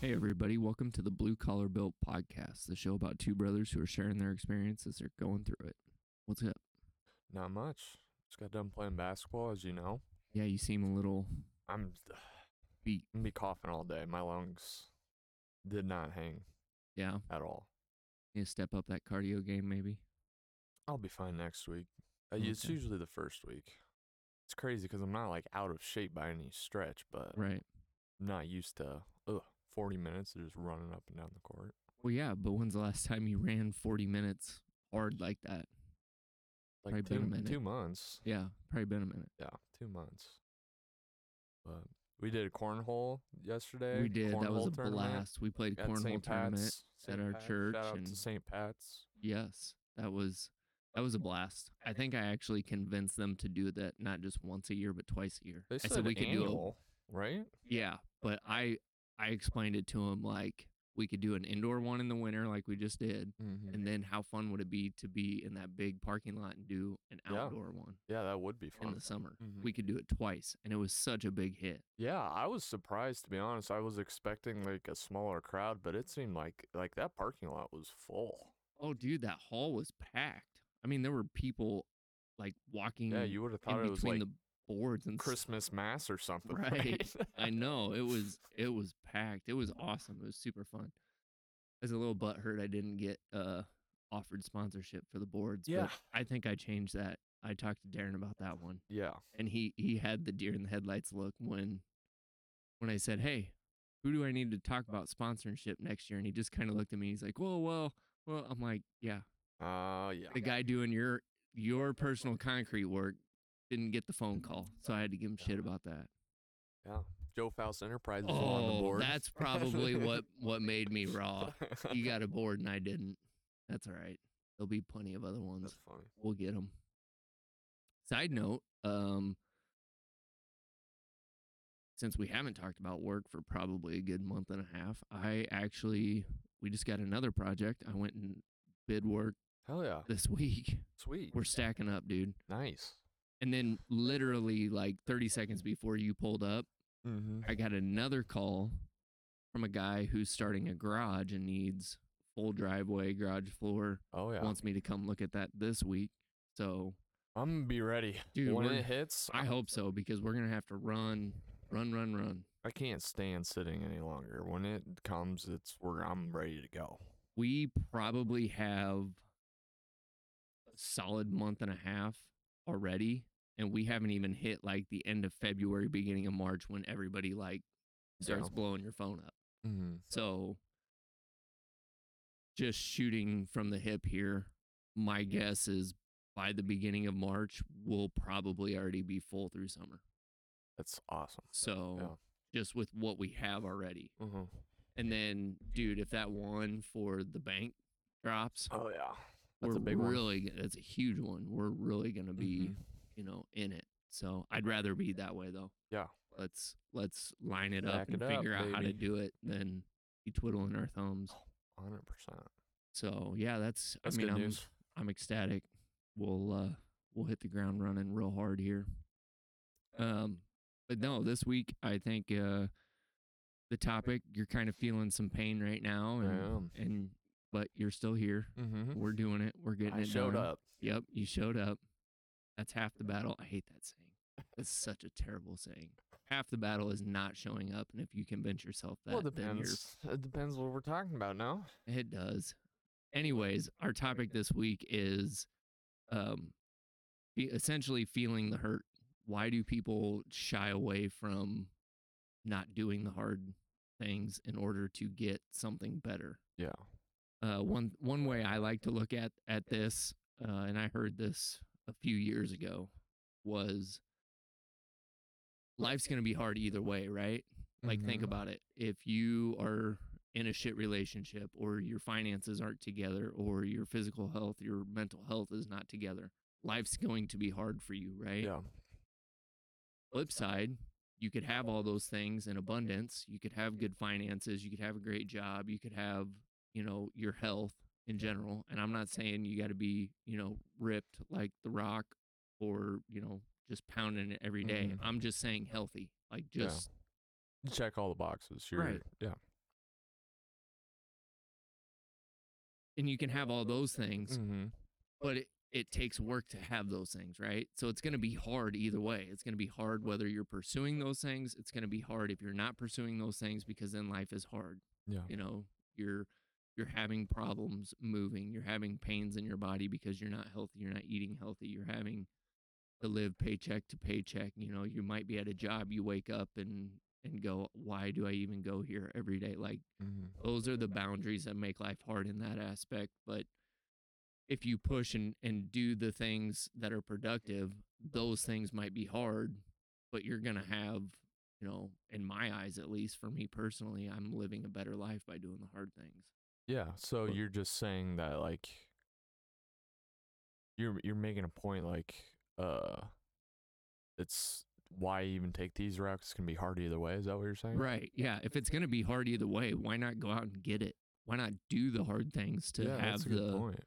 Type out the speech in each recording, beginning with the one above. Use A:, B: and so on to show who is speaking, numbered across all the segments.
A: Hey, everybody, welcome to the Blue Collar Built podcast, the show about two brothers who are sharing their experiences they're going through it. What's up?
B: Not much. Just got done playing basketball, as you know.
A: Yeah, you seem a little
B: I'm
A: beat.
B: gonna be coughing all day. My lungs did not hang
A: Yeah,
B: at all.
A: you step up that cardio game, maybe.
B: I'll be fine next week. Uh, It's
A: Okay.
B: usually the first week. It's crazy because I'm not like out of shape by any stretch, but
A: Right.
B: I'm not used to ugh, 40 minutes of just running up and down the court.
A: Well, yeah, but when's the last time you ran 40 minutes hard like that? Probably
B: Like
A: been a
B: two,
A: minute.
B: two months.
A: Yeah, probably been a minute.
B: Yeah, two months. But we did a cornhole yesterday.
A: we did. That was a
B: cornhole tournament
A: blast. We played
B: at
A: cornhole
B: St.
A: tournament.
B: Pat's
A: at
B: St.
A: our
B: Pat's.
A: church
B: Shout out to
A: and-
B: St. Pat's.
A: Yes, that was that was a blast. I think I actually convinced them to do that not just once a year, but twice a year.
B: They
A: I
B: said,
A: we could do it
B: annual, right?
A: Yeah, but I I explained it to him like we could do an indoor one in the winter like we just did,
B: Mm-hmm.
A: and then how fun would it be to be in that big parking lot and do an
B: Yeah,
A: outdoor one
B: Yeah, that would be
A: in
B: fun.
A: the summer.
B: Mhm.
A: We could do it twice, and it was such a big hit.
B: yeah, I was surprised to be honest. I was expecting like a smaller crowd, but it seemed like like that parking lot was full.
A: Oh, dude, that hall was packed. I mean, there were people like walking
B: Yeah, you would have
A: Mm, in
B: thought it was
A: between
B: like
A: the boards and stuff.
B: Christmas mass or something,
A: Right.
B: right?
A: I know it was it was packed. It was awesome. It was super fun. As a little butthurt, I didn't get uh offered sponsorship for the boards.
B: Yeah.
A: But I think I changed that. I talked to Darren about that one,
B: Yeah,
A: and he he had the deer in the headlights look when when I said, "Hey, who do I need to talk about sponsorship next year?" And he just kind of looked at me. He's like, "Well, well, well." I'm like, "Yeah,
B: uh, yeah.
A: the guy doing your your personal concrete work." Didn't get the phone call, so I had to give him shit about that.
B: Joe Faust Enterprises was on the
A: Oh,
B: board.
A: that's probably what what made me raw. You got a board and I didn't. That's all right. There'll be plenty of other ones.
B: That's funny.
A: We'll get them. Side note, um, since we haven't talked about work for probably a good month and a half, I actually we just got another project. I went and bid work
B: Hell yeah,
A: this week.
B: sweet,
A: We're stacking up, dude.
B: nice.
A: And then literally like 30 seconds before you pulled up,
B: Mm-hmm.
A: I got another call from a guy who's starting a garage and needs full driveway, garage floor.
B: Oh yeah,
A: Wants me to come look at that this week. So
B: I'm gonna be ready
A: Dude,
B: when
A: we're-
B: it hits.
A: I hope so because we're gonna have to run, run, run, run.
B: I can't stand sitting any longer. When it comes, it's where I'm ready to go.
A: We probably have a solid month and a half already, and we haven't even hit like the end of February, beginning of March when everybody like starts
B: Yeah.
A: blowing your phone up.
B: Mm-hmm.
A: So just shooting from the hip here, my guess is by the beginning of March, we'll probably already be full through summer.
B: That's awesome.
A: So just with what we have already.
B: Mm-hmm.
A: And then, dude, if that one for the bank drops,
B: Oh yeah,
A: we're
B: that's a big one.
A: really, g- that's a huge one. We're really going to be,
B: Mhm.
A: you know, in it. So I'd rather be that way though.
B: Yeah.
A: Let's, let's line it up
B: Back
A: and
B: it up,
A: figure out how to
B: baby.
A: do it than be twiddling our thumbs.
B: hundred percent.
A: So yeah, that's,
B: That's
A: I mean
B: good
A: I'm
B: news.
A: I'm ecstatic. We'll uh we'll hit the ground running real hard here. Um but no, this week I think uh the topic you're kind of feeling some pain right now
B: I
A: and and but you're still here.
B: Mm-hmm.
A: We're doing it. We're getting
B: I
A: it
B: showed
A: done.
B: up.
A: Yep, you showed up. That's half the battle. I hate that saying. That's such a terrible saying. Half the battle is not showing up, and if you convince yourself that,
B: well, it
A: then you're
B: depends. It depends what we're talking about now.
A: it does. Anyways, our topic this week is um, be- essentially feeling the hurt. Why do people shy away from not doing the hard things in order to get something better?
B: Yeah.
A: Uh, one one way I like to look at at this, uh, and I heard this a few years ago, was life's going to be hard either way, right? Like, think
B: Mhm.
A: about it. If you are in a shit relationship, or your finances aren't together, or your physical health, your mental health is not together, life's going to be hard for you, right?
B: Yeah.
A: Flip side, you could have all those things in abundance. You could have good finances. You could have a great job. You could have, you know, your health in general. And I'm not saying you got to be, you know, ripped like The Rock or, you know, just pounding it every day.
B: Mhm.
A: I'm just saying healthy, like
B: Yeah.
A: just
B: You check all the boxes. You're,
A: Right.
B: Yeah.
A: and you can have all those things,
B: Mm-hmm.
A: but it, it takes work to have those things, right? So it's going to be hard either way. It's going to be hard whether you're pursuing those things. It's going to be hard if you're not pursuing those things because then life is hard.
B: Yeah.
A: You know, you're you're having problems moving, you're having pains in your body because you're not healthy, you're not eating healthy, you're having to live paycheck to paycheck, you know, you might be at a job you wake up and and go, "Why do I even go here every day?" Like
B: Mm-hmm.
A: those are the boundaries that make life hard in that aspect but if you push and, and do the things that are productive those things might be hard but you're going to have you know in my eyes at least for me personally i'm living a better life by doing the hard things
B: Yeah. So
A: But-
B: you're just saying that like you're you're making a point like uh it's why even take these routes? It's gonna be hard either way. Is that what you're saying?
A: right yeah if it's going to be hard either way why not go out and get it why not do the hard things to
B: yeah,
A: have
B: that's a good
A: the
B: point.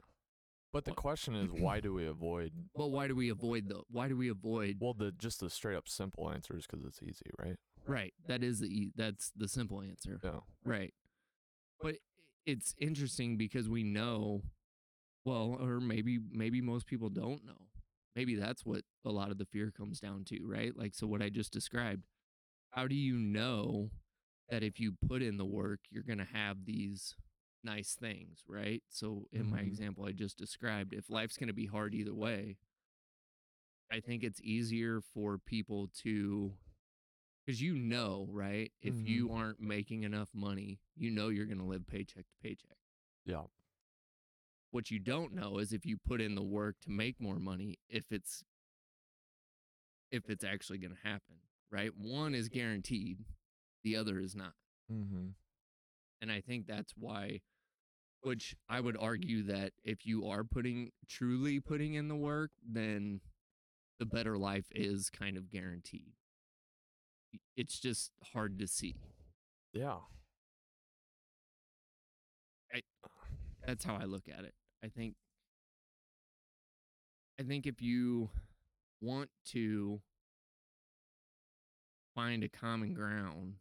B: But the
A: Wha-
B: question is, why do we avoid?
A: well why do we avoid the why do we avoid
B: Well, the just the straight up simple answer is because it's easy, right?
A: right that is the e- that's the simple answer
B: No.
A: Right. But i- it's interesting because we know, well, or maybe maybe most people don't know. Maybe that's what a lot of the fear comes down to, right? Like so what I just described. How do you know that if you put in the work, you're going to have these nice things, right? So in my
B: Mhm.
A: example I just described, if life's going to be hard either way, I think it's easier for people to because you know, right? If
B: Mhm.
A: you aren't making enough money, you know you're going to live paycheck to paycheck.
B: Yeah.
A: What you don't know is if you put in the work to make more money, if it's if it's actually going to happen, right? One is guaranteed, the other is not.
B: Mm-hmm.
A: And I think that's why, which I would argue that if you are putting truly putting in the work, then the better life is kind of guaranteed. Y- It's just hard to see.
B: Yeah.
A: That's how I look at it. I think, I think if you want to find a common ground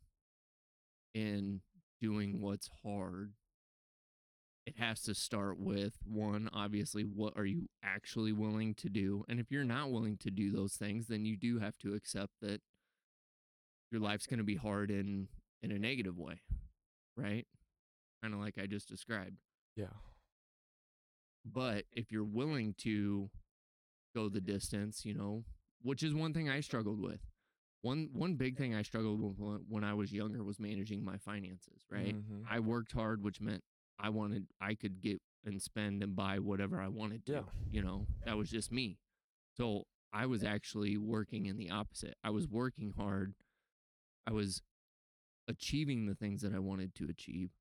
A: in doing what's hard, it has to start with one, obviously, what are you actually willing to do? And if you're not willing to do those things, then you do have to accept that your life's going to be hard in in a negative way, right? Kind of like I just described.
B: Yeah.
A: But if you're willing to go the distance, you know, which is one thing I struggled with. One one big thing I struggled with when- when I was younger was managing my finances, right?
B: Mhm.
A: I worked hard, which meant I wanted I could get and spend and buy whatever I wanted to.
B: Yeah.
A: You know, that was just me. So I was actually working in the opposite. I was working hard. I was achieving the things that I wanted to achieve,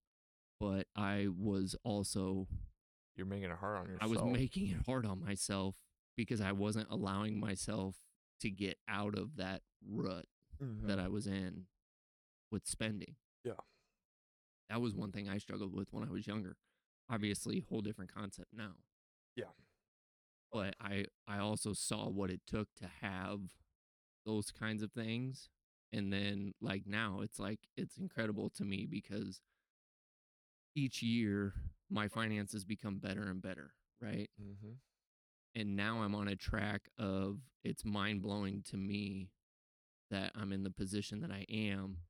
A: but I was also
B: You're making it hard on yourself.
A: I was making it hard on myself because I wasn't allowing myself to get out of that rut
B: Mhm.
A: that I was in with spending.
B: Yeah.
A: That was one thing I struggled with when I was younger. Obviously, whole different concept now.
B: Yeah.
A: But I I also saw what it took to have those kinds of things and then like now it's like it's incredible to me because each year my finances become better and better, right?
B: Mhm.
A: and now I'm on a track of it's mind blowing to me that I'm in the position that I am,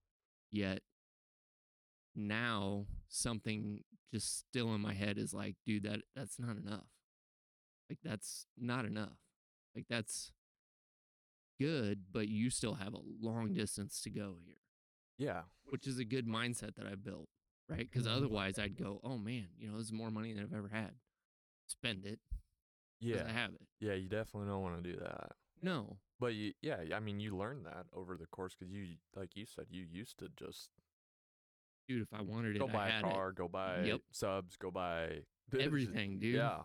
A: yet now something just still in my head is like, dude, that that's not enough. Like that's not enough. Like that's good, but you still have a long distance to go here
B: Yeah.
A: which is a good mindset that I've built, right? Because
B: Mhm.
A: otherwise I'd go, oh man, you know, this is more money than I've ever had. Spend it. 'cause I
B: Yeah.
A: have it.
B: Yeah. You definitely don't want to do that.
A: No,
B: But you, yeah, I mean, you learn that over the course because you, like you said, you used to just
A: dude, if I wanted it,
B: go buy
A: I
B: a
A: had
B: car, go buy
A: Yep.
B: subs, go buy
A: it. Everything, dude.
B: Yeah.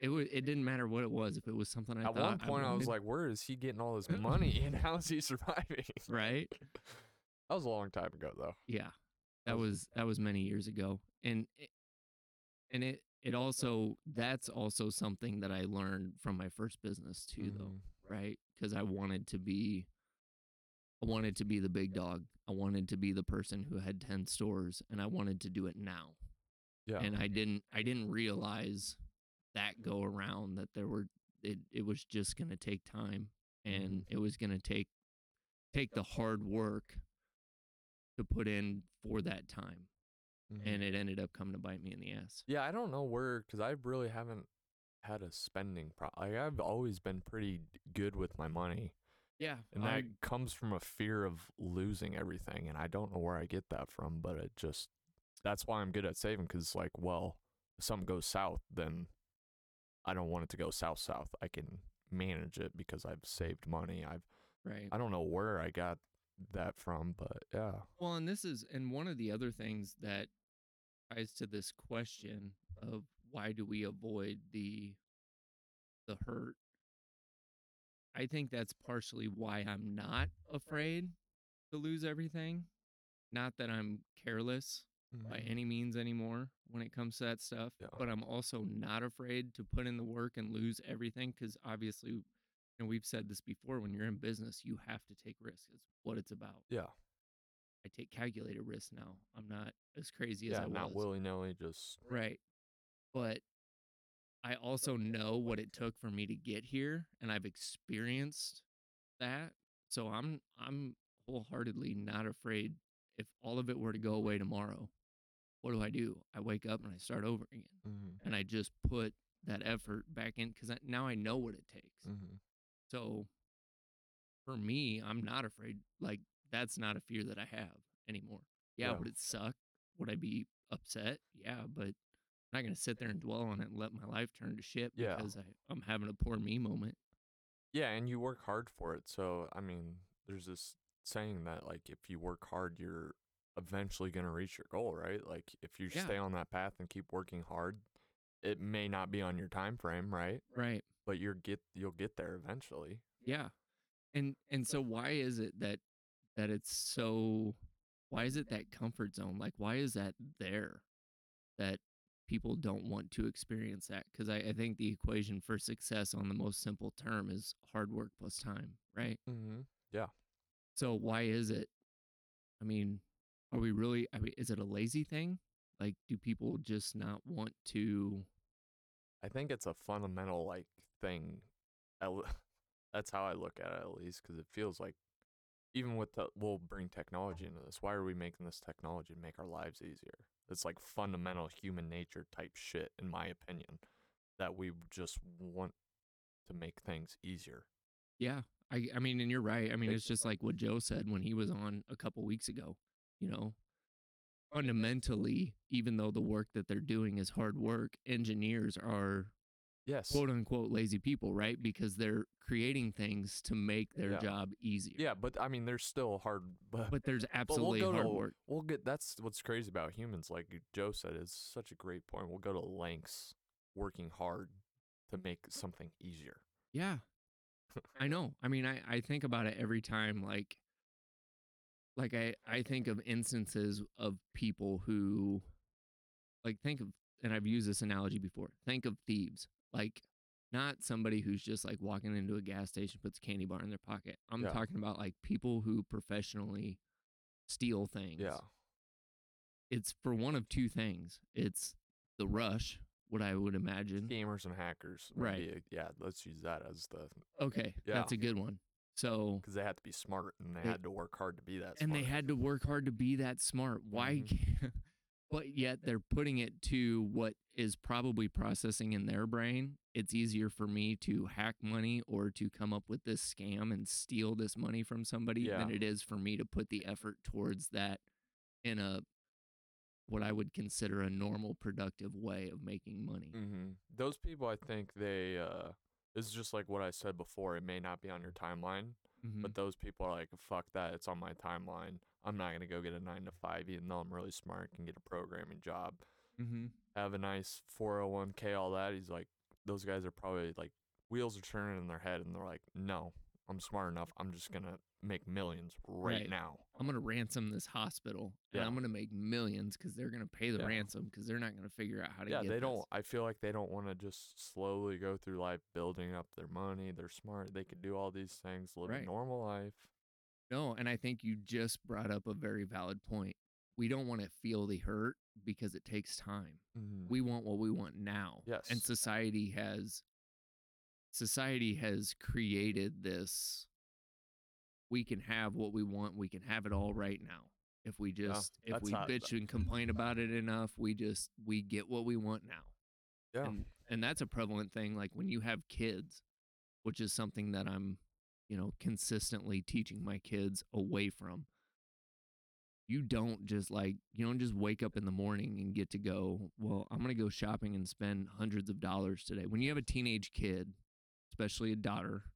A: It was. It didn't matter what it was. If it was something I
B: At
A: thought
B: one point, I, was
A: wanted,
B: like, "Where is he getting all this money? And how is he surviving?"
A: right?
B: That was a long time ago, though.
A: Yeah, that
B: That was-
A: was that was many years ago, and it, and it it also that's also something that I learned from my first business too, though.
B: Mm-hmm.
A: right? Because I wanted to be, I wanted to be the big dog. I wanted to be the person who had ten stores, and I wanted to do it now.
B: Yeah.
A: and I didn't I didn't realize that go around that there were it it was just going to take time and it was going to take take the hard work to put in for that time
B: Mhm.
A: and it ended up coming to bite me in the ass.
B: Yeah, I don't know where because I really haven't had a spending problem. Like, I've always been pretty d- good with my money,
A: Yeah,
B: and that comes from a fear of losing everything. And I don't know where I get that from, but it just that's why I'm good at saving because, like, well, if something goes south, then I don't want it to go south south. I can manage it because I've saved money. I've
A: right.
B: I don't know where I got that from, but yeah,
A: Well, and this is, and one of the other things that ties to this question of why do we avoid the the hurt? I think that's partially why I'm not afraid to lose everything. Not that I'm careless by any means anymore when it comes to that stuff,
B: Mm-hmm. Yeah.
A: but I'm also not afraid to put in the work and lose everything because obviously, and we've said this before, when you're in business, you have to take risks. It's what it's about.
B: yeah,
A: I take calculated risks now. I'm not as crazy as
B: yeah,
A: I
B: not
A: was.
B: willy nilly, just
A: Right. But I also know what it took for me to get here and I've experienced that. So I'm I'm wholeheartedly not afraid if all of it were to go away tomorrow. What do I do? I wake up and I start over again.
B: mm-hmm,
A: And I just put that effort back in cuz now I know what it takes.
B: mm-hmm,
A: So for me, I'm not afraid. Like that's not a fear that I have anymore. Yeah,
B: Yeah.
A: would it suck? Would I be upset? Yeah, but I'm not gonna sit there and dwell on it and let my life turn to shit
B: Yeah.
A: because I, I'm having a poor me moment.
B: yeah, and you work hard for it. So I mean, there's this saying that like if you work hard, you're eventually gonna reach your goal, right? Like if you
A: Yeah.
B: stay on that path and keep working hard, it may not be on your time frame, right?
A: Right.
B: But you're get you'll get there eventually.
A: Yeah. And and so why is it that that it's so why is it that comfort zone? Like why is that there that people don't want to experience that? Because I, I think the equation for success on the most simple term is hard work plus time, right?
B: Mm-hmm.
A: So why is it? I mean, are we really I mean, is it a lazy thing? Like do people just not want to
B: I think it's a fundamental like thing. at l- That's how I look at it at least, because it feels like even with the we'll bring technology into this. Why are we making this technology to make our lives easier? It's like fundamental human nature type shit, in my opinion, that we just want to make things easier.
A: Yeah. I I mean, and you're right. I mean,
B: Like-
A: it's just like what Joe said when he was on a couple weeks ago, you know. Fundamentally, even though the work that they're doing is hard work, engineers are
B: Yes.
A: quote unquote lazy people, right? Because they're creating things to make their
B: Yeah.
A: job easier.
B: yeah, but I mean, there's still hard. But,
A: But there's absolutely
B: go
A: hard
B: to-
A: work.
B: we'll get. That's what's crazy about humans. Like Joe said, it's such a great point. We'll go to lengths working hard to make something easier.
A: Yeah. I know. I mean, I, I think about it every time, like, like I, I think of instances of people who, like, think of, and I've used this analogy before, think of thieves, like, not somebody who's just like walking into a gas station, puts a candy bar in their pocket. I'm
B: Yeah.
A: talking about like people who professionally steal things.
B: Yeah.
A: It's for one of two things. It's the rush, what I would imagine.
B: Gamers and hackers. would
A: Right.
B: be a- yeah, let's use that as the
A: Okay.
B: Yeah.
A: That's a good one. So,
B: because they had to be smart and they,
A: They-
B: had to work hard to be that.
A: and they
B: smart. Mm-hmm.
A: had to work hard to be that smart. Why? can't But yet they're putting it to what is probably processing in their brain. It's easier for me to hack money or to come up with this scam and steal this money from somebody than
B: Yeah.
A: it is for me to put the effort towards that in a what I would consider a normal productive way of making money.
B: Mm-hmm. Those people, I think they. uh It's just like what I said before. It may not be on your timeline,
A: Mhm.
B: but those people are like, "Fuck that! It's on my timeline. I'm not gonna go get a nine to five, even though I'm really smart and get a programming job."
A: Mhm.
B: have a nice 401k, all that. He's like, those guys are probably like, wheels are turning in their head, and they're like, no, I'm smart enough. I'm just going to make millions right,
A: Right.
B: now.
A: I'm gonna ransom this hospital and
B: Yeah.
A: I'm gonna make millions because they're gonna pay the
B: Yeah.
A: ransom because they're not gonna figure out how to
B: yeah,
A: get
B: they
A: this.
B: don't, I feel like they don't want to just slowly go through life building up their money. They're smart. They could do all these things, live
A: Right.
B: a normal life.
A: No, and I think you just brought up a very valid point. We don't want to feel the hurt because it takes time.
B: Mhm.
A: We want what we want now. And
B: Yes.
A: society has society has created this we can have what we want, we can have it all right now. If we just if
B: that's
A: we
B: not-
A: bitch and complain about it enough, we just we get what we want now.
B: yeah.
A: And, and that's a prevalent thing. Like when you have kids, which is something that I'm, you know, consistently teaching my kids away from. You don't just like, you don't just wake up in the morning and get to go, well, I'm going to go shopping and spend hundreds of dollars today. When you have a teenage kid, especially a daughter,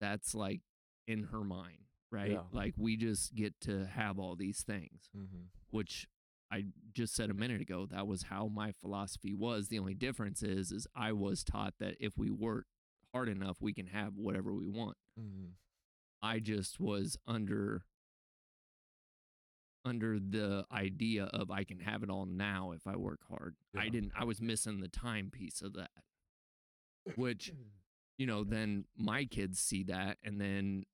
A: that's like in her mind, right?
B: Yeah.
A: Like we just get to have all these things
B: Mhm.
A: which I just said a minute ago, that was how my philosophy was. The only difference is is I was taught that if we work hard enough, we can have whatever we want.
B: Mhm.
A: I just was under under the idea of I can have it all now if I work hard. I
B: Yeah.
A: didn't I was missing the time piece of that. Which you know, then my kids see that and then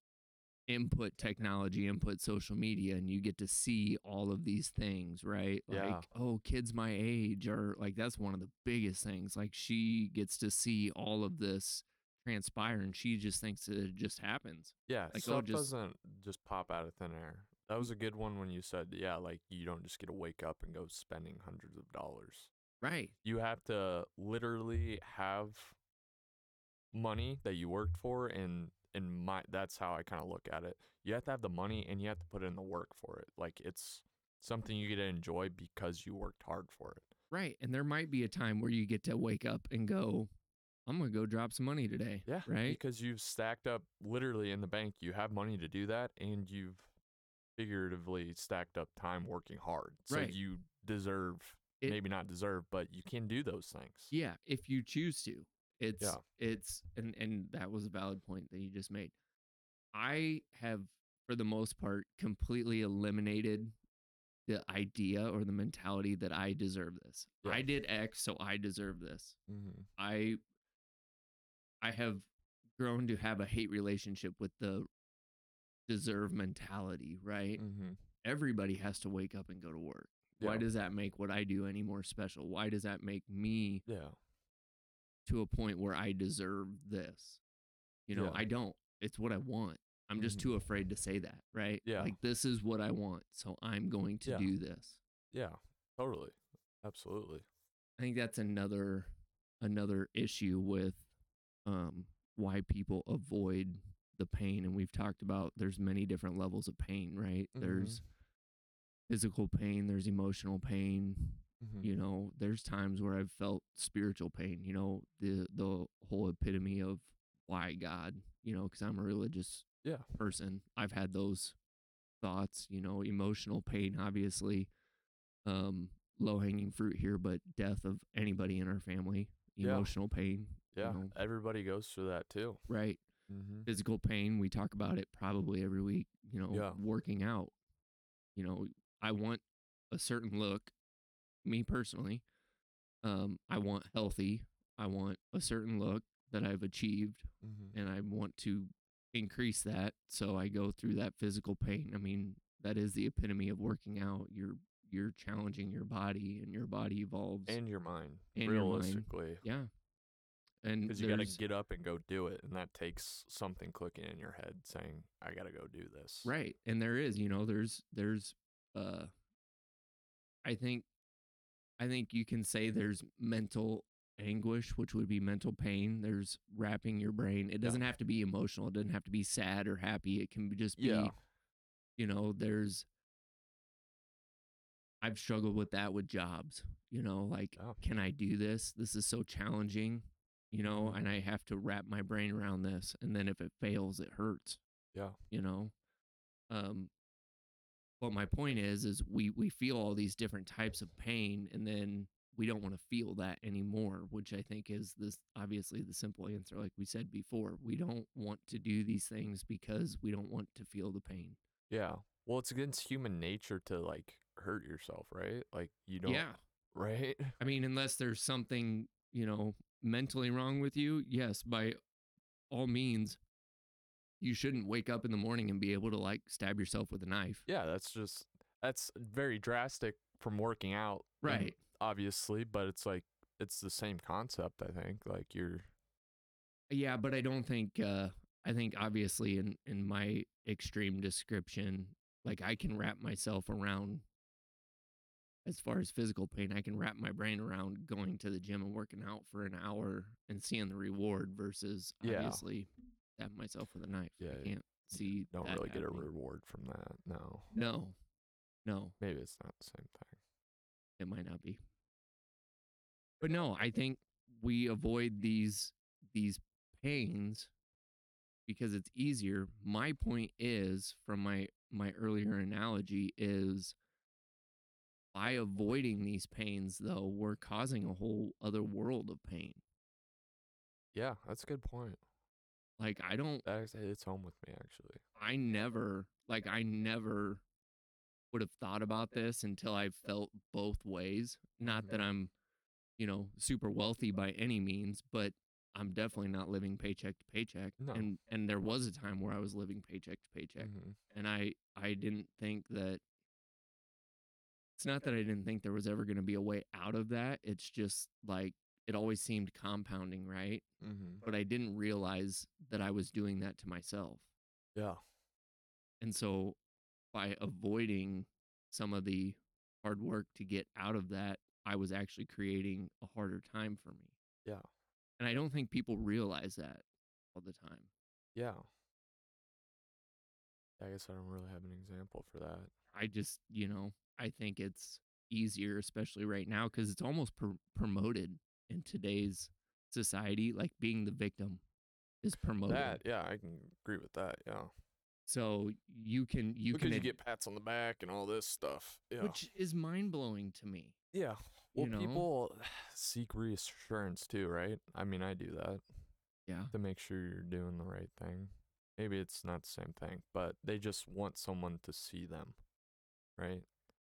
A: input technology, input social media, and you get to see all of these things, right? Like,
B: Yeah.
A: oh, kids my age are like, that's one of the biggest things. Like, she gets to see all of this transpire and she just thinks that it just happens.
B: Yeah,
A: Like, oh,
B: stuff
A: just- Mm.
B: doesn't just pop out of thin air. That was a good one when you said, yeah, like you don't just get to wake up and go spending hundreds of dollars.
A: Right.
B: You have to literally have money that you worked for and and my that's how I kind of look at it. You have to have the money and you have to put in the work for it. Like it's something you get to enjoy because you worked hard for it.
A: Right. And there might be a time where you get to wake up and go, I'm going to go drop some money today.
B: Yeah.
A: Right.
B: Because you've stacked up literally in the bank, you have money to do that, and you've figuratively stacked up time working hard. So
A: Right.
B: you deserve,
A: It-
B: maybe not deserve, but you can do those things.
A: Yeah, if you choose to. It's it's and and that was a valid point that you just made. I have for the most part completely eliminated the idea or the mentality that I deserve this. I
B: Yeah.
A: did X, so I deserve this.
B: Mm-hmm.
A: I I have grown to have a hate relationship with the deserve mentality, right?
B: Mm-hmm.
A: Everybody has to wake up and go to work. Why
B: Yeah.
A: does that make what I do any more special? Why does that make me
B: Yeah.
A: to a point where I deserve this. You know,
B: Yeah.
A: I don't. It's what I want. I'm just
B: Mhm.
A: too afraid to say that, right?
B: Yeah.
A: Like this is what I want, so I'm going to
B: Yeah.
A: do this.
B: Yeah. Totally. Absolutely.
A: I think that's another another issue with um why people avoid the pain and we've talked about there's many different levels of pain, right?
B: Mhm.
A: There's physical pain, there's emotional pain,
B: Mm-hmm.
A: you know there's times where i've felt spiritual pain you know the the whole epitome of why god you know because i'm a religious
B: Yeah.
A: person i've had those thoughts you know emotional pain obviously um low hanging fruit here but death of anybody in our family
B: Yeah.
A: emotional pain you
B: Yeah.
A: know.
B: Everybody goes through that too.
A: right
B: Mm-hmm.
A: physical pain we talk about it probably every week you know
B: Yeah.
A: working out you know i want a certain look me personally um i want healthy i want a certain look that i've achieved
B: Mm-hmm.
A: and i want to increase that so i go through that physical pain i mean that is the epitome of working out you're you're challenging your body and your body evolves
B: And your mind,
A: And your mind.
B: realistically.
A: yeah and
B: Because you got to
A: there's-
B: get up and go do it. And that takes something clicking in your head saying, I got to go do this.
A: Right. And there is, you know, there's there's uh I think I think you can say there's mental anguish, which would be mental pain. There's wrapping your brain. It
B: Yeah.
A: doesn't have to be emotional. It doesn't have to be sad or happy. It can be just be,
B: Yeah.
A: you know, there's I've struggled with that with jobs, you know, like
B: Yeah.
A: can I do this? This is so challenging, you know,
B: Mhm.
A: and I have to wrap my brain around this and then if it fails, it hurts
B: Yeah.
A: you know um but my point is is we we feel all these different types of pain and then we don't want to feel that anymore which i think is this obviously the simple answer like we said before we don't want to do these things because we don't want to feel the pain
B: Yeah. Well, it's against human nature to like hurt yourself, right? Like you don't,
A: yeah
B: right?
A: i mean unless there's something you know mentally wrong with you yes by all means you shouldn't wake up in the morning and be able to like stab yourself with a knife
B: Yeah, that's just that's very drastic from working out, and
A: Right.
B: obviously, but it's like it's the same concept. I think like you're
A: Yeah, but I don't think uh I think obviously in in my extreme description, like I can wrap myself around as far as physical pain, I can wrap my brain around going to the gym and working out for an hour and seeing the reward versus
B: Yeah.
A: obviously stabbing myself with a knife.
B: Yeah,
A: I can't see
B: don't
A: that
B: really get a
A: happening.
B: reward from that. No,
A: No. No.
B: maybe it's not the same thing.
A: It might not be. But no, I think we avoid these these pains because it's easier. My point is from my my earlier analogy is by avoiding these pains though, we're causing a whole other world of pain.
B: Yeah, that's a good point.
A: Like I don't
B: That is- it's home with me actually.
A: I never like I never would have thought about this until I felt both ways. Not that I'm, you know, super wealthy by any means, but I'm definitely not living paycheck to paycheck.
B: No.
A: And and there was a time where I was living paycheck to paycheck.
B: Mhm.
A: And I I didn't think that it's not that I didn't think there was ever going to be a way out of that. It's just like it always seemed compounding, right?
B: Mhm.
A: But I didn't realize that I was doing that to myself.
B: Yeah.
A: And so by avoiding some of the hard work to get out of that, I was actually creating a harder time for me.
B: Yeah.
A: And I don't think people realize that all the time.
B: Yeah. I guess I don't really have an example for that.
A: I just, you know, I think it's easier, especially right now, because it's almost pr- promoted in today's society. Like being the victim is promoted.
B: That, yeah, I can agree with that. Yeah.
A: So you can, you
B: because
A: can,
B: you
A: ad-
B: get pats on the back and all this stuff. Yeah.
A: which is mind blowing to me.
B: yeah.
A: you
B: Well,
A: know?
B: people seek reassurance too, right? I mean, I do that
A: Yeah.
B: to make sure you're doing the right thing. Maybe it's not the same thing, but they just want someone to see them, right?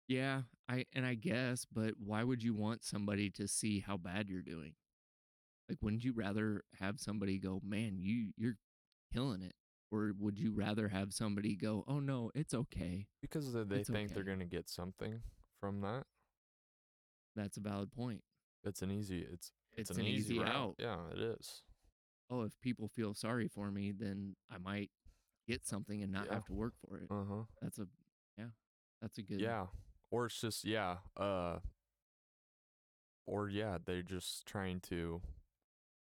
A: Yeah, I and I guess, but why would you want somebody to see how bad you're doing? Like wouldn't you rather have somebody go, "Man, you you're killing it." Or would you rather have somebody go, "Oh no, it's okay."
B: Because they, they
A: It's
B: think they're
A: okay.
B: going to get something from that.
A: That's a valid point.
B: It's an easy, it's,
A: It's, an, easy,
B: route.
A: out.
B: Yeah, it is.
A: Oh, if people feel sorry for me, then I might get something and not
B: Yeah.
A: have to work for it.
B: Uh huh.
A: That's a yeah. That's a good
B: Yeah. Or it's just yeah, uh or yeah, they're just trying to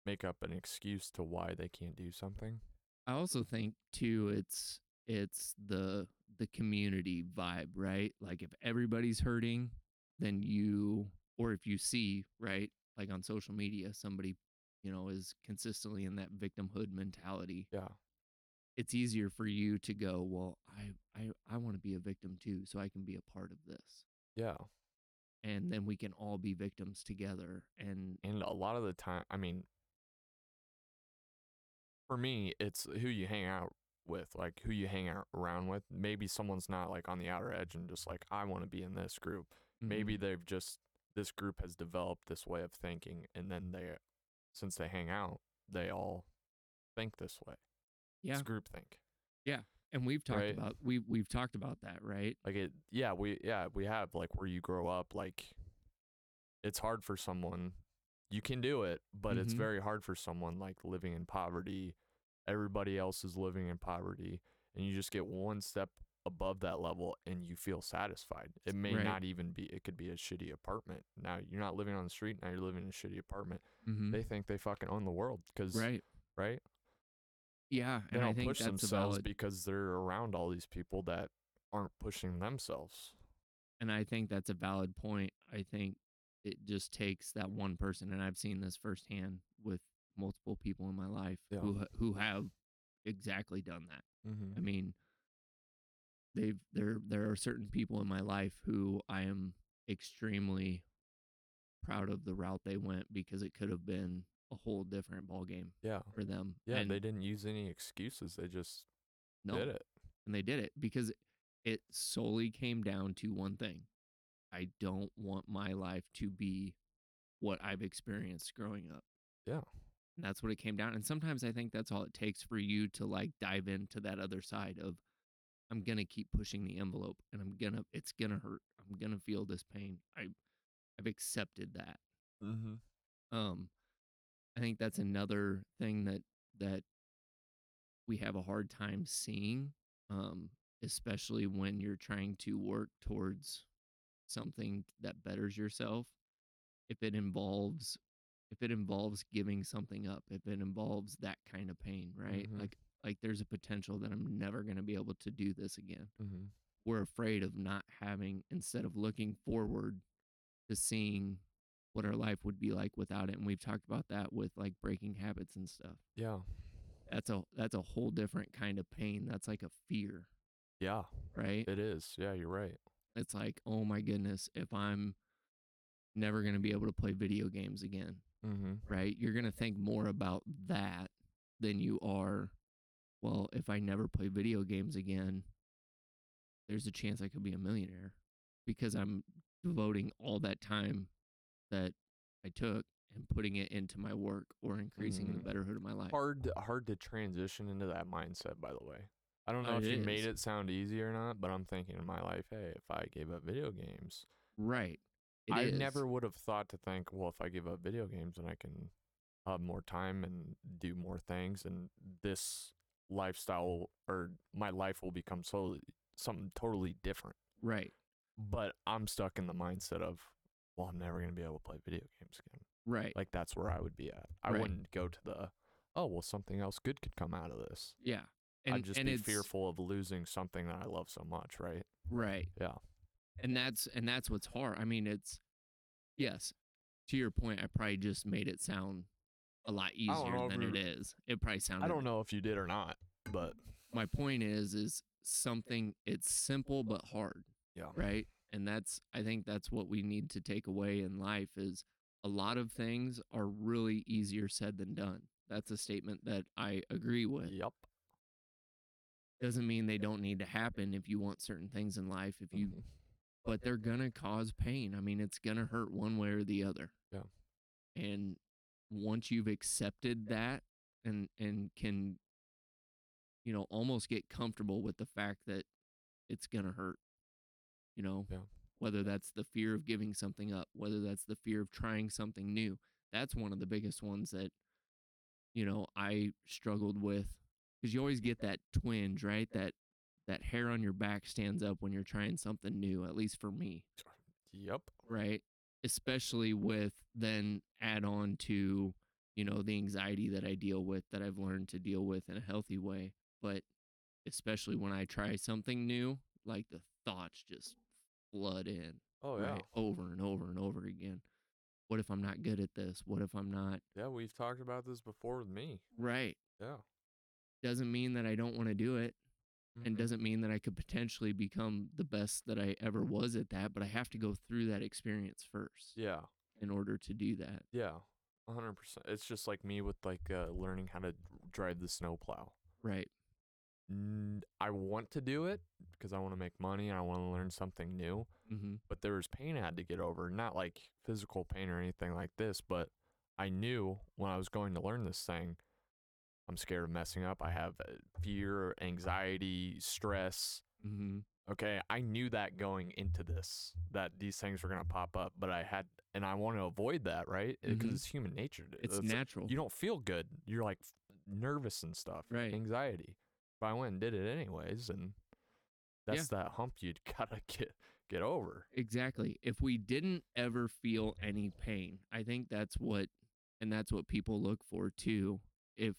B: make up an excuse to why they can't do something.
A: I also think too it's it's the the community vibe, right? Like if everybody's hurting, then you or if you see, right, like on social media somebody, you know, is consistently in that victimhood mentality,
B: Yeah.
A: it's easier for you to go, well, I I I want to be a victim too, so I can be a part of this.
B: Yeah.
A: And then we can all be victims together and
B: And a lot of the time, I mean for me, it's who you hang out with, like who you hang out around with. Maybe someone's not like on the outer edge and just like I want to be in this group.
A: mm-hmm,
B: Maybe they've just this group has developed this way of thinking and then they since they hang out, they all think this way.
A: Yeah.
B: It's groupthink.
A: and we've talked
B: right.
A: about we we've talked about that, right?
B: Like it yeah, we yeah, we have like where you grow up, like it's hard for someone you can do it, but it's
A: Mhm.
B: very hard for someone like living in poverty. Everybody else is living in poverty and you just get one step above that level and you feel satisfied. It may
A: Right.
B: not even be it could be a shitty apartment. Now you're not living on the street, now you're living in a shitty apartment.
A: Mhm.
B: They think they fucking own the world cuz
A: Right.
B: right?
A: Yeah,
B: they
A: and I
B: don't
A: think
B: push
A: that's a
B: themselves
A: valid,
B: because they're around all these people that aren't pushing themselves.
A: and I think that's a valid point. I think it just takes that one person, and I've seen this firsthand with multiple people in my life
B: Yeah.
A: who ha- who have exactly done that.
B: Mm-hmm.
A: I mean, they've there there are certain people in my life who I am extremely proud of the route they went because it could have been a whole different ball game
B: Yeah,
A: for them.
B: yeah.
A: and
B: they didn't use any excuses. They just
A: no,
B: did it.
A: and they did it because it solely came down to one thing i don't want my life to be what i've experienced growing up
B: Yeah.
A: and that's what it came down and sometimes i think that's all it takes for you to like dive into that other side of i'm gonna keep pushing the envelope and i'm gonna it's gonna hurt i'm I'm gonna feel this pain. I I've accepted that.
B: Mm-hmm.
A: Um, I think that's another thing that that we have a hard time seeing, um, especially when you're trying to work towards something that betters yourself. If it involves, if it involves giving something up, if it involves that kind of pain, right?
B: Mhm.
A: Like, like there's a potential that I'm never going to be able to do this again
B: Mm-hmm.
A: we're afraid of not having instead of looking forward to seeing what our life would be like without it and we've talked about that with like breaking habits and stuff
B: Yeah.
A: that's a that's a whole different kind of pain that's like a fear
B: Yeah.
A: right
B: It is. Yeah, you're right.
A: it's like oh my goodness if i'm never going to be able to play video games again
B: Mm-hmm.
A: right you're going to think more about that than you are well if i never play video games again there's a chance I could be a millionaire because I'm devoting all that time that I took and putting it into my work or increasing
B: Mhm.
A: the betterhood of my life.
B: Hard hard to transition into that mindset, by the way. I don't know
A: Oh,
B: if
A: it
B: you made
A: is.
B: it sound easy or not, but I'm thinking in my life, hey, if I gave up video games,
A: Right. It
B: I
A: is.
B: never would have thought to think, well, if I give up video games, then I can have more time and do more things, and this lifestyle or my life will become so something totally different.
A: Right.
B: But I'm stuck in the mindset of, well, I'm never gonna be able to play video games again.
A: Right.
B: Like that's where I would be at. I
A: Right.
B: wouldn't go to the, oh, well, something else good could come out of this.
A: yeah.
B: I'd just
A: and
B: be
A: it's-
B: fearful of losing something that I love so much, right?
A: Right.
B: Yeah.
A: And that's and that's what's hard. I mean, it's yes. To your point, I probably just made it sound a lot
B: don't know
A: easier
B: if
A: than
B: we
A: it
B: were-
A: is. It probably sounded
B: I don't know if you did or not, but
A: my point is is something it's simple but hard
B: yeah,
A: right and that's i think that's what we need to take away in life is a lot of things are really easier said than done that's a statement that i agree with
B: yep.
A: doesn't mean they don't need to happen if you want certain things in life if you
B: Mhm.
A: but they're gonna cause pain i mean it's gonna hurt one way or the other
B: Yeah.
A: and once you've accepted that and and can you know almost get comfortable with the fact that it's gonna hurt you know
B: Yeah.
A: whether that's the fear of giving something up whether that's the fear of trying something new that's one of the biggest ones that you know i struggled with because you always get that twinge right that that hair on your back stands up when you're trying something new at least for me
B: Yep.
A: right? Especially with then add on to, you know, the anxiety that I deal with that I've learned to deal with in a healthy way. But especially when I try something new, like the thoughts just flood in,
B: Oh yeah.
A: right? Over and over and over again. What if I'm not good at this? What if I'm not
B: Yeah, we've talked about this before with me.
A: right?
B: Yeah.
A: Doesn't mean that I don't want to do it and
B: Mhm.
A: doesn't mean that I could potentially become the best that I ever was at that, but I have to go through that experience first
B: Yeah.
A: in order to do that.
B: Yeah. a 100%. It's just like me with like uh, learning how to d- drive the snowplow.
A: Right.
B: N- I want to do it because I want to make money and I want to learn something new,
A: Mm-hmm.
B: but there was pain I had to get over, not like physical pain or anything like this, but I knew when I was going to learn this thing, I'm scared of messing up. I have uh, fear, anxiety, stress,
A: Mm-hmm.
B: okay, I knew that going into this that these things were going to pop up, but I had and I want to avoid that, right? Because
A: Mhm.
B: it's human nature. to-
A: It's
B: that's-
A: natural.
B: You don't feel good. You're like f- nervous and stuff,
A: Right.
B: Anxiety. But I went and did it anyways, and
A: Yeah.
B: that's that hump you'd gotta get get over.
A: exactly. If we didn't ever feel any pain, I think that's what, and that's what people look for too. If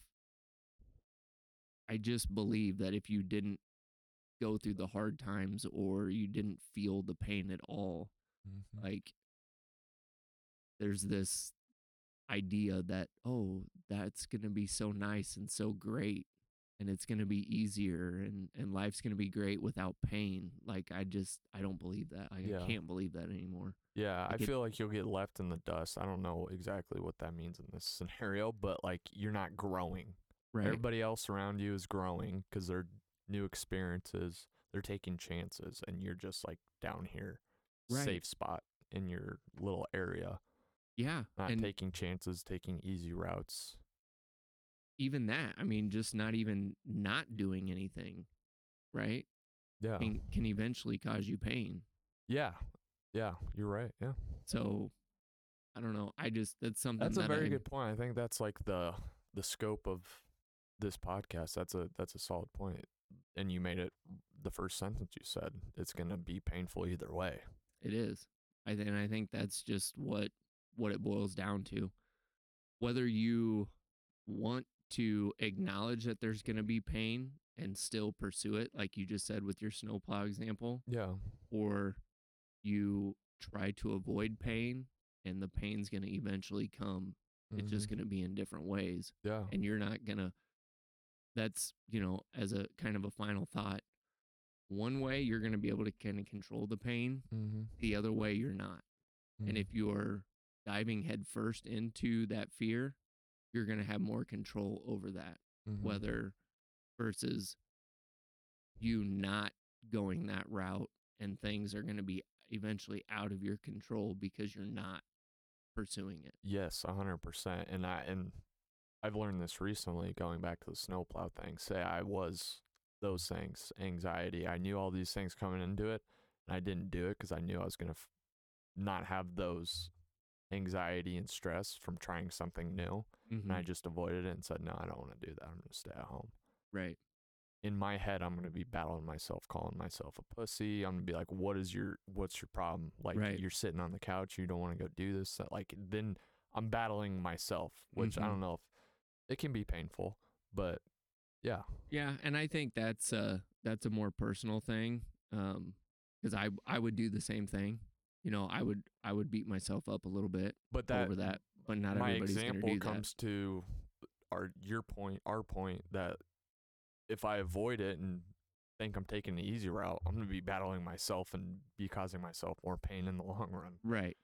A: I just believe that if you didn't go through the hard times or you didn't feel the pain at all, like there's this idea that oh that's going to be so nice and so great and it's going to be easier and and life's going to be great without pain like i just i don't believe that like, i
B: Yeah.
A: can't believe that anymore
B: Yeah, I
A: Like it-
B: feel like you'll get left in the dust. I don't know exactly what that means in this scenario, but like you're not growing.
A: right
B: Everybody else around you is growing because they're new experiences. They're taking chances, and you're just like down here,
A: Right.
B: safe spot in your little area,
A: yeah
B: not
A: and
B: taking chances, taking easy routes.
A: even that i mean just not even not doing anything right
B: Yeah,
A: can, can eventually cause you pain
B: yeah. Yeah, you're right. Yeah.
A: So I don't know. I just that's something
B: That's a
A: that
B: very
A: I'm-
B: good point. I think that's like the the scope of this podcast. That's a that's a solid point. And you made it the first sentence you said. It's gonna be painful either way.
A: It is. I th- and I think that's just what what it boils down to. Whether you want to acknowledge that there's going to be pain and still pursue it, like you just said with your snowplow example,
B: Yeah.
A: or you try to avoid pain and the pain's going to eventually come. It's just
B: Mhm.
A: going to be in different ways
B: yeah.
A: and you're not gonna that's you know as a kind of a final thought one way you're gonna be able to kind of control the pain
B: Mm-hmm.
A: the other way you're not and
B: Mm.
A: if you're diving headfirst into that fear you're gonna have more control over that
B: mm-hmm,
A: whether versus you not going that route and things are gonna be eventually out of your control because you're not pursuing it
B: Yes, a hundred percent. And I and I've learned this recently going back to the snowplow thing. Say I was those things, anxiety. I knew all these things coming into it, and I didn't do it because I knew I was gonna f- not have those anxiety and stress from trying something new. And I just avoided it and said, no, I don't want to do that. I'm gonna stay at home.
A: right
B: In my head, I'm gonna be battling myself, calling myself a pussy. I'm gonna be like, what is your what's your problem? Like
A: Right.
B: you're sitting on the couch, you don't want to go do this. that- Like then I'm battling myself, which I
A: Mhm.
B: don't know if it can be painful, but yeah,
A: Yeah, and I think that's uh that's a more personal thing. Um 'cause I I would do the same thing. You know, I would I would beat myself up a little bit
B: but that
A: over that, but not
B: my
A: everybody's
B: example
A: gonna do
B: comes to our your point, our point that if I avoid it and think I'm taking the easy route, I'm gonna be battling myself and be causing myself more pain in the long run.
A: that. Right.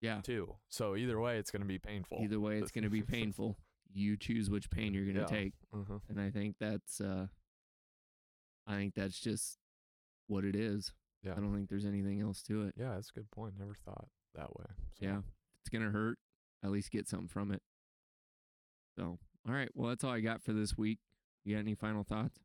A: Yeah.
B: too. So either way, it's going to be painful.
A: Either way, it's gonna be painful. You choose which pain you're gonna
B: Yeah.
A: take,
B: Mhm.
A: and I think that's uh I think that's just what it is.
B: Yeah.
A: I don't think there's anything else to it.
B: Yeah, that's a good point. Never thought that way. So,
A: Yeah. It's gonna hurt. At least get something from it. So, all right. Well, that's all I got for this week. You got any final thoughts?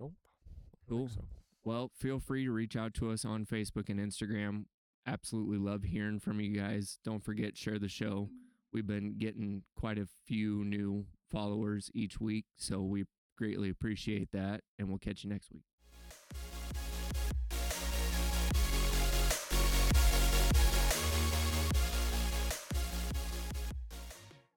B: Nope. I
A: Cool.
B: don't think so.
A: Well, feel free to reach out to us on Facebook and Instagram. Absolutely love hearing from you guys. Don't forget, share the show. We've been getting quite a few new followers each week, so we greatly appreciate that. And we'll catch you next week.